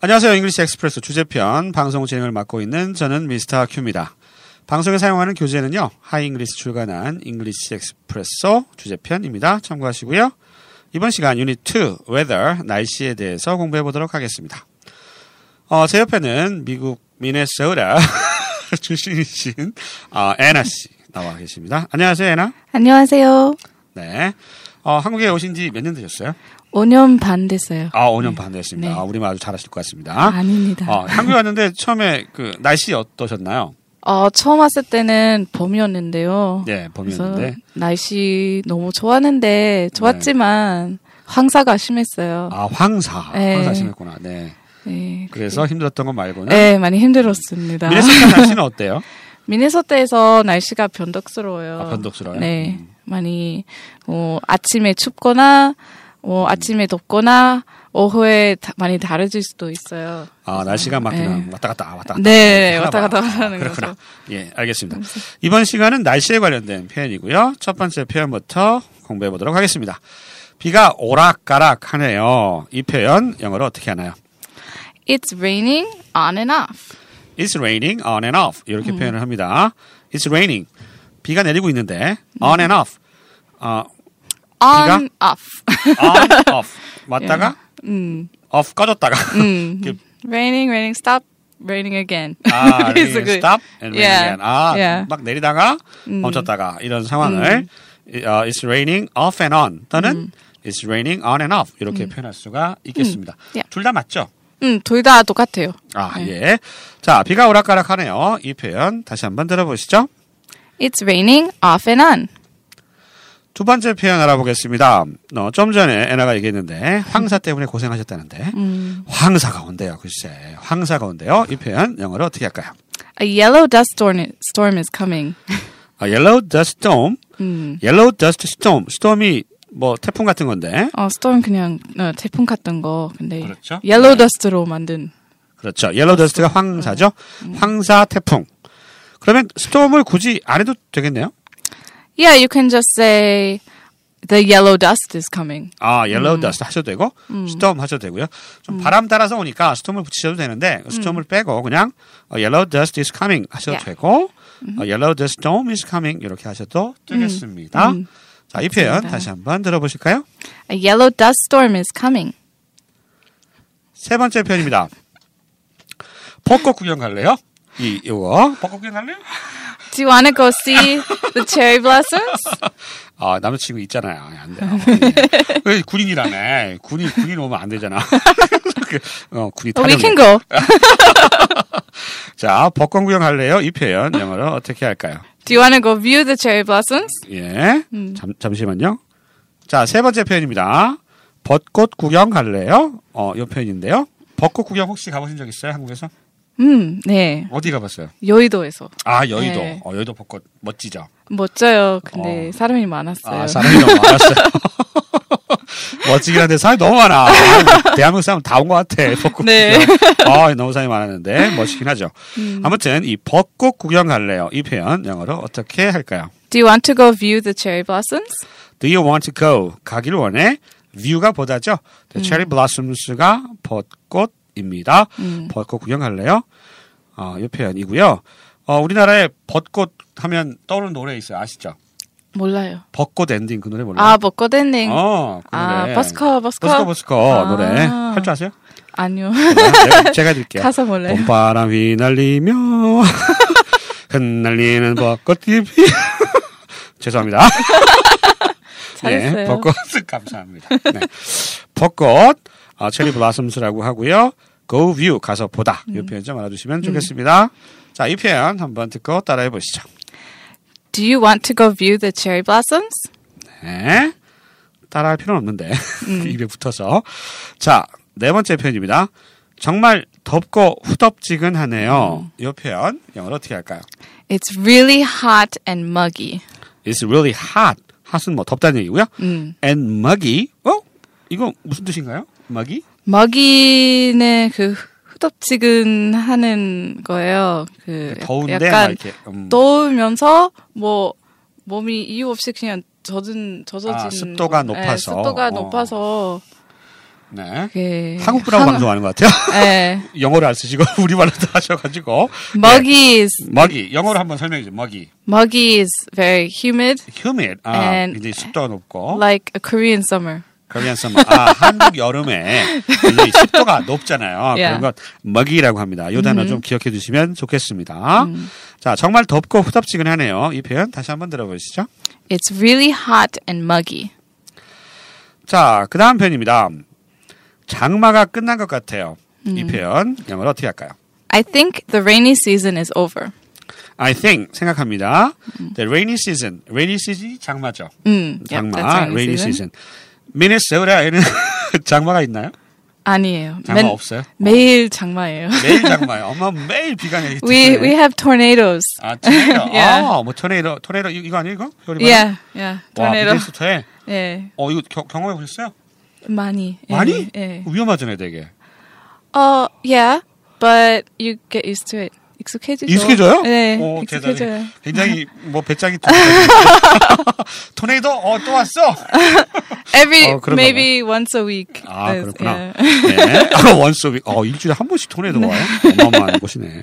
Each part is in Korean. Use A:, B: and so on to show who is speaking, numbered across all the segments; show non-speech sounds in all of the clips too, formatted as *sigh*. A: 안녕하세요. 잉글리시 엑스프레스 주제편 방송 진행을 맡고 있는 저는 미스터 큐입니다. 방송에 사용하는 교재는요. 하이잉글리스 출간한 잉글리시 엑스프레소 주제편입니다. 참고하시고요. 이번 시간 유닛 2 weather 날씨에 대해서 공부해 보도록 하겠습니다. 어, 제 옆에는 미국 미네소타 *laughs* 출신이신 어, 애나 씨 나와 계십니다. 안녕하세요, 애나.
B: 안녕하세요.
A: 네. 어, 한국에 오신 지 몇 년 되셨어요?
B: 5년 반 됐어요.
A: 아, 5년 반 됐습니다.
B: 네.
A: 아, 우리말 아주 잘하실 것 같습니다.
B: 아, 닙니다
A: 어, 한국에 왔는데 처음에 그 날씨 어떠셨나요?
B: 어, 처음 왔을 때는 봄이었는데요.
A: 예,
B: 어, 그래서
A: 봄이었는데.
B: 날씨 너무 좋았는데 좋았지만 황사가 심했어요.
A: 네. 아, 황사.
B: 네.
A: 황사 심했구나. 네.
B: 네,
A: 그래서 힘들었던 건 말고는.
B: 네, 많이 힘들었습니다.
A: 미네소타 날씨는 어때요?
B: 미네소타에서 날씨가 변덕스러워요.
A: 아, 변덕스러워요?
B: 네, 많이 어, 아침에 춥거나
A: 음.
B: 어, 아침에 덥거나 오후에 다- 많이 다르질 수도 있어요.
A: 아, 날씨가 막 그냥
B: 네.
A: 왔다 갔다 왔다 갔다.
B: 네,
A: 하나
B: 왔다 갔다
A: 봐.
B: 하는
A: 그렇구나.
B: 거죠.
A: 예, 알겠습니다. 이번 시간은 날씨에 관련된 표현이고요. 첫 번째 표현부터 공부해 보도록 하겠습니다. 비가 오락가락 하네요. 이 표현 영어로 어떻게 하나요?
B: It's raining on and off.
A: It's raining on and off 이렇게
B: 음.
A: 표현을 합니다. It's raining 비가 내리고 있는데
B: 음.
A: on and off 어,
B: On, off. *laughs*
A: on off 왔다가
B: 예. 음.
A: off 꺼졌다가 *laughs* 이렇게
B: raining, raining, stop, raining again. *laughs*
A: 아, Ah,
B: 그래서
A: raining
B: 그-
A: stop and raining
B: Yeah.
A: again. Ah. 아,
B: Yeah. 음.
A: 막 내리다가 멈췄다가 이런 상황을 이- 어, it's raining off and on
B: 음.
A: 또는 it's raining on and off 이렇게 표현할 수가 있겠습니다.
B: Yeah. 네.
A: 둘 다 맞죠?
B: 음, Mm, 둘 다 똑같아요.
A: 아, 예. 자, 비가 오락가락하네요. 이 표현 다시 한번 들어보시죠.
B: It's raining off and on.
A: 두 번째 표현 알아보겠습니다. 어, 좀 전에 애나가 얘기했는데 황사 때문에 고생하셨다는데 황사가 온대요. 글쎄 황사가 온대요. 이 표현 영어로 어떻게 할까요?
B: A yellow dust storm is, storm is coming.
A: 아, yellow dust storm,
B: 음.
A: yellow dust storm, storm이 뭐 태풍 같은 건데
B: 어, storm 그냥 어, 태풍 같던 거. 근데
A: 그렇죠.
B: yellow dust로 만든.
A: 그렇죠. yellow dust가 황사죠. 황사 태풍. 그러면 storm을 굳이 안 해도 되겠네요.
B: Yeah, you can just say the yellow dust is coming.
A: 아,
B: 음.
A: yellow dust 하셔도 되고 storm 하셔도 되고요. 좀 바람 따라서 오니까 storm을 붙이셔도 되는데
B: 음.
A: storm을 빼고 그냥 어, yellow dust is coming 하셔도
B: Yeah.
A: 되고
B: 음.
A: 어, yellow dust storm is coming 이렇게 하셔도 되겠습니다. 자, 이 표현
B: 음. 맞습니다.
A: 다시 한번 들어보실까요?
B: A yellow dust storm is coming.
A: 세 번째 표현입니다. 벚꽃 구경 갈래요? 이 이거 벚꽃 구경 갈래요?
B: Do you want to go see the cherry blossoms?
A: *laughs* 아 남자친구 있잖아요. 아, 안
B: 음.
A: 돼요. 예. 왜 군인이라네. 군인 군인 오면 안 되잖아. *laughs* 어, 군인
B: we
A: 타령이야.
B: can go.
A: 자, 벚꽃 구경 할래요? 이 표현 영어로 어떻게 할까요?
B: Do you want to go view the cherry blossoms?
A: 예.
B: 음.
A: 잠, 잠시만요. 자, 세 번째 표현입니다. 벚꽃 구경 갈래요? 어, 이 표현인데요. 벚꽃 구경 혹시 가보신 적 있어요? 한국에서?
B: 음, 네.
A: 어디 가봤어요?
B: 여의도에서.
A: 아, 여의도.
B: 네.
A: 어, 여의도 벚꽃 멋지죠?
B: 멋져요. 근데 사람이 많았어요.
A: 아, 사람이 너무 많았어요. *laughs* 멋지긴 한데 사람이 너무 많아. 아, 대한민국 사람 다 온 것 같아. 벚꽃
B: 네. 음.
A: 구경. 아, 너무 사람이 많았는데 멋지긴 하죠. 아무튼 이 벚꽃 구경 갈래요. 이 표현 영어로 어떻게 할까요?
B: Do you want to go view the cherry blossoms?
A: Do you want to go? 가기를 원해. view가 보다죠.
B: 음.
A: The cherry blossoms가 벚꽃입니다.
B: 음.
A: 벚꽃 구경 갈래요? 어, 이 표현이고요. 어, 우리나라에 벚꽃 하면 떠오르는 노래 있어요. 아시죠?
B: 몰라요.
A: 벚꽃 엔딩 그 노래 몰라요?
B: 아, 벚꽃 엔딩.
A: 어, 그
B: 아,
A: 노래.
B: 버스커, 버스커.
A: 버스커 버스커
B: 아.
A: 노래 할 줄
B: *laughs*
A: 아세요? 네,
B: 아니요.
A: 제가, 제가 해드릴게요.
B: *laughs* 가사 몰라요.
A: 봄바람
B: *laughs*
A: 휘날리며 흩날리는 벚꽃잎이 *laughs* 죄송합니다.
B: 잘했어요.
A: 네, 벚꽃 *laughs* 감사합니다. 네. 벚꽃 어, 체리 블라썸스라고 하고요. Go view 가서 보다 이
B: 음.
A: 표현 좀 알아두시면 좋겠습니다. 자, 이 표현 한번 듣고 따라해 보시죠.
B: Do you want to go view the cherry blossoms?
A: 네. 따라할 필요는 없는데
B: 음.
A: *laughs* 입에 붙어서 자 네 번째 표현입니다. 정말 덥고 후덥지근하네요.
B: 음.
A: 이 표현 영어로 어떻게 할까요?
B: It's really hot and muggy.
A: It's really hot. 핫은 뭐 덥다는 얘기고요.
B: 음.
A: And muggy. 어? 이거 무슨 뜻인가요? muggy?
B: muggy는 그 후덥지근하는 거예요. 그 약-
A: 네, 더운데 막
B: 약간
A: 이렇게 음,
B: 떠오면서 뭐 몸이 이유 없이 그냥 젖은 젖어진
A: 아, 습도가
B: 네,
A: 높아서.
B: 습도가
A: 어.
B: 높아서
A: 네.
B: 그게
A: 한국분하고
B: 한-
A: 방송하는 것 같아요. *laughs*
B: 예.
A: 영어를 안 쓰시고 *laughs* 우리말로 다 하셔가지고 예.
B: Muggy is
A: 먹이 영어로 한번 설명해 주세요. 먹이
B: muggy is very humid,
A: humid 아,
B: And-
A: 굉장히 습도가 높고
B: like a Korean summer.
A: Korean summer 아 한국 여름에 굉장히 습도가 높잖아요.
B: Yeah.
A: 그런 것 먹이라고 합니다. 이 단어 좀 기억해 두시면 좋겠습니다. 자 정말 덥고 후덥지근하네요. 이 표현 다시 한번 들어보시죠.
B: It's really hot and muggy.
A: 자, 그 다음 표현입니다. 장마가 끝난 것 같아요. 이 표현 영어로 어떻게 할까요?
B: I think the rainy season is over.
A: I think 생각합니다. The rainy season, rainy season이 장마죠.
B: 음, yep,
A: 장마,
B: that's rainy
A: rainy
B: season.
A: season. 미네소라에는 *laughs* 장마가 있나요?
B: 아니에요.
A: 장마
B: 맨-
A: 없어요.
B: 매일 장마예요.
A: 매일 장마요. 엄마 매일 비가 내리.
B: *laughs* we we have tornadoes.
A: 아 토네이도.
B: *laughs* Yeah.
A: 아, 뭐 토네이도, 토네이도 이- 이거 아니에요? 이거? 효리
B: yeah, yeah.
A: 와,
B: Tornado.
A: 미네소타에.
B: 예.
A: 어, 이거 겨- 경험해 보셨어요?
B: 많이. 예,
A: 많이?
B: 예.
A: 위험하잖아요, 되게.
B: 어, Uh, yeah, but you get used to it. 익숙해지죠.
A: 익숙해져요?
B: 네,
A: 오, 대단해.
B: 익숙해져요. *laughs*
A: 굉장히 뭐 배짱이 두 *laughs* 토네이도 어, 또 왔어.
B: Every
A: 어, 그런가
B: maybe once a week.
A: 아
B: is-
A: 그렇구나.
B: yeah.
A: 네. 아, 원소비. 어 일주일에 한 번씩 토네이도 와요. 어마어마한 곳이네.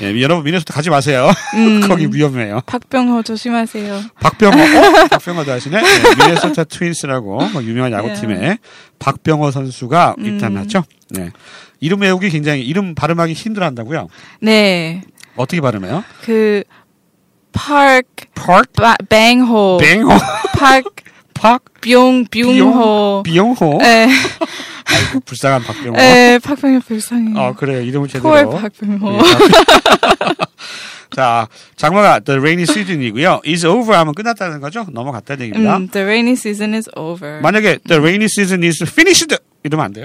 A: 예, 여러분 미네소타 가지 마세요.
B: 음.
A: *laughs* 거기 위험해요.
B: 박병호 조심하세요.
A: 박병호, 어? 박병호도 아시네. 네, 미네소타 트윈스라고 뭐 유명한 야구팀에
B: 예.
A: 박병호 선수가
B: 음.
A: 입단했죠. 네. 이름 외우기 굉장히 이름 발음하기 힘들어한다고요.
B: 네,
A: 어떻게 발음해요?
B: 그 park
A: Park
B: 바, bangho,
A: 뱅호,
B: park
A: Park
B: 병 병호.
A: 비용호.
B: 예,
A: 아이고, 불쌍한 박병호.
B: 예, 박병호 불쌍해.
A: 어 그래요. 이름을 제대로.
B: Poor 박병호.
A: 예, *laughs* 자, 장마가 the rainy season이고요. is over 하면 끝났다는 거죠? 넘어갔다는 얘기입니다.
B: 음, the rainy season is over.
A: 만약에 the rainy season is finished 이러면 안 돼요.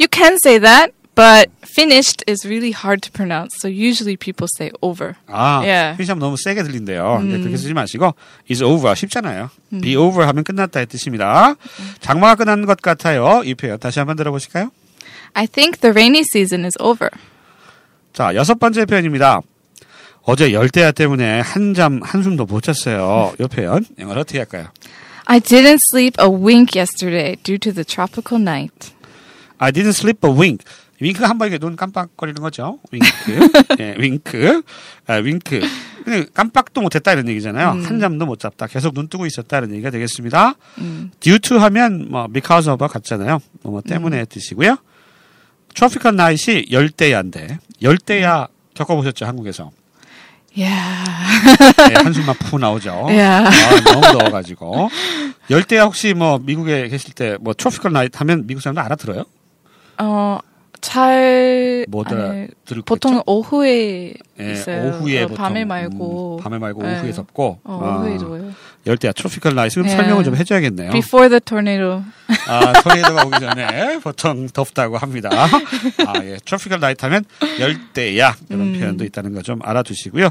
B: You can say that, but finished is really hard to pronounce. So usually people say over.
A: 아,
B: 예. 음.
A: finish 하면 너무 세게 들린대요. 근데 그렇게 쓰지 마시고 is over 쉽잖아요. be over 하면 끝났다의 뜻입니다. 장마가 끝난 것 같아요. 이 표현 다시 한번 들어보실까요?
B: I think the rainy season is over.
A: 자, 여섯 번째 표현입니다. 어제 열대야 때문에 한잠 한숨도 못 잤어요. 이 표현 영어로 어떻게 할까요?
B: I didn't sleep a wink yesterday due to the tropical night.
A: I didn't sleep a wink. 윙크가 한번 이렇게 눈 깜빡거리는 거죠. 윙크.
B: *laughs*
A: 예, 윙크. 아, 윙크. 근데 깜빡도 못했다 이런 얘기잖아요.
B: 음.
A: 한잠도 못 잤다. 계속 눈 뜨고 있었다 이런 얘기가 되겠습니다.
B: 음.
A: due to 하면 뭐 because of가 같잖아요. 뭐, 뭐
B: 음.
A: 때문에 뜻이고요. tropical night이 열대야인데 열대야 겪어보셨죠 한국에서
B: Yeah. *laughs*
A: 예, 한숨만 푹 나오죠.
B: Yeah.
A: 아, 너무 더워가지고 열대야 혹시 뭐 미국에 계실 때 뭐 tropical night 하면 미국 사람들 알아들어요?
B: 어, 잘
A: 뭐다
B: 아니, 네.
A: 들을 거
B: 보통 오후에
A: 예,
B: 있어요.
A: 오후에
B: 어,
A: 보통
B: 밤에
A: 음,
B: 말고
A: 밤에 말고
B: 예.
A: 오후에 덥고
B: 어,
A: 아,
B: 오후에 좋아요.
A: 열대야 트로피컬 라이스 그럼
B: 예.
A: 설명을 좀 해줘야겠네요.
B: Before the tornado.
A: 아 토네이도가 오기 전에 *laughs* 보통 덥다고 합니다. 아 예, 트로피컬 라이트 하면 열대야 이런
B: 음.
A: 표현도 있다는 거 좀 알아두시고요.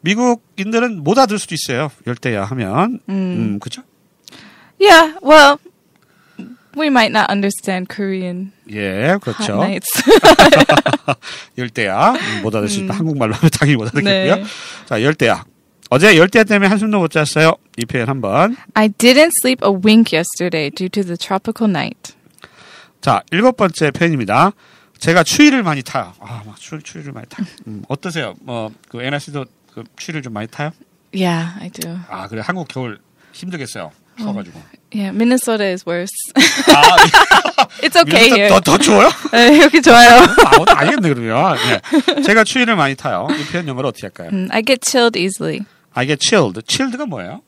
A: 미국인들은 못 알아들 수도 있어요. 열대야 하면 음, 그죠?
B: Yeah, well, we might not understand Korean
A: 예,
B: hot
A: 그렇죠.
B: nights. *laughs*
A: 열대야 음, 못 알아들으시면 한국말로 하면 당연히 못 알아듣겠고요.
B: 네.
A: 자 열대야. 어제 열대야 때문에 한숨도 못 잤어요. 이 표현 한번
B: I didn't sleep a wink yesterday due to the tropical night.
A: 자, 일곱 번째 표현입니다. 제가 추위를 많이 타요. 아, 막 추, 추위를 많이 타요. 음, 어떠세요? 뭐, 그, 에나 씨도 그 추위를 좀 많이 타요?
B: Yeah, I do.
A: 아, 그래. 한국 겨울 힘들겠어요. 추워가지고.
B: Yeah, Minnesota is worse.
A: 아,
B: 음. *laughs* it's okay
A: 미국보다
B: here. *laughs*
A: 더, 더 추워요?
B: 에, 여기 좋아요.
A: 아무도 아니겠네, 그러면. 네. 제가 추위를 많이 타요. 이 표현 영어로 어떻게 할까요?
B: 음, Mm, I get chilled easily.
A: I get chilled. chilled가 뭐예요?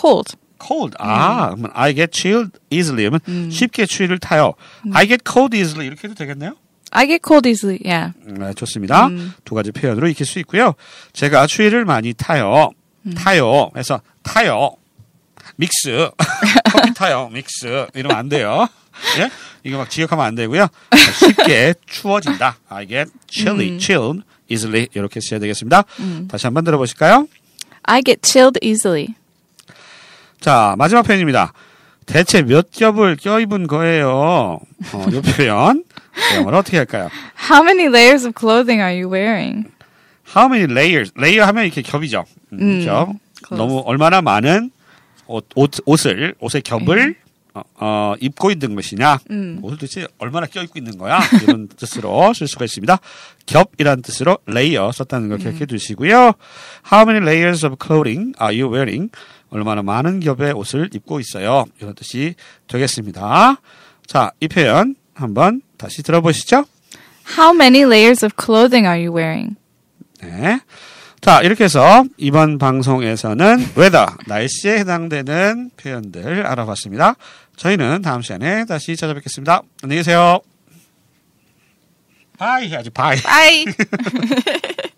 B: Cold.
A: cold.
B: 음.
A: 아, 그러면 I get chilled easily. 그러면 쉽게 추위를 타요.
B: 음.
A: I get cold easily. 이렇게 해도 되겠네요?
B: I get cold easily. Yeah.
A: 네, 좋습니다. 두 가지 표현으로 익힐 수 있고요. 제가 추위를 많이 타요. 타요. 해서 타요. 믹스. 커피 타요. 믹스. 이러면 안 돼요. 예? 이거 막 지역하면 안 되고요. 쉽게 추워진다. I get chilly, chilled easily. 이렇게 써야 되겠습니다. 다시 한번 들어보실까요?
B: I get chilled easily.
A: 자, 마지막 표현입니다. 대체 몇 겹을 껴입은 거예요? 어, 이 표현. 영어로 어떻게 할까요?
B: How many layers of clothing are you wearing?
A: How many layers? 레이어 하면 이렇게 겹이죠. 음,
B: 음,
A: 겹.
B: close.
A: 너무 얼마나 많은 옷, 옷, 옷을 옷의 겹을 어, 어, 입고 있는 것이냐?
B: 음.
A: 옷을 도대체 얼마나 껴입고 있는 거야? 이런 *laughs* 뜻으로 쓸 수가 있습니다. 겹이란 뜻으로 레이어 썼다는 걸 기억해 두시고요. How many layers of clothing are you wearing? 얼마나 많은 겹의 옷을 입고 있어요? 이런 뜻이 되겠습니다. 자, 이 표현 한번 다시 들어보시죠.
B: How many layers of clothing are you wearing?
A: 네. 자, 이렇게 해서 이번 방송에서는 weather, 날씨에 해당되는 표현들 알아봤습니다. 저희는 다음 시간에 다시 찾아뵙겠습니다. 안녕히 계세요. 바이 해야지, 바이.
B: Bye.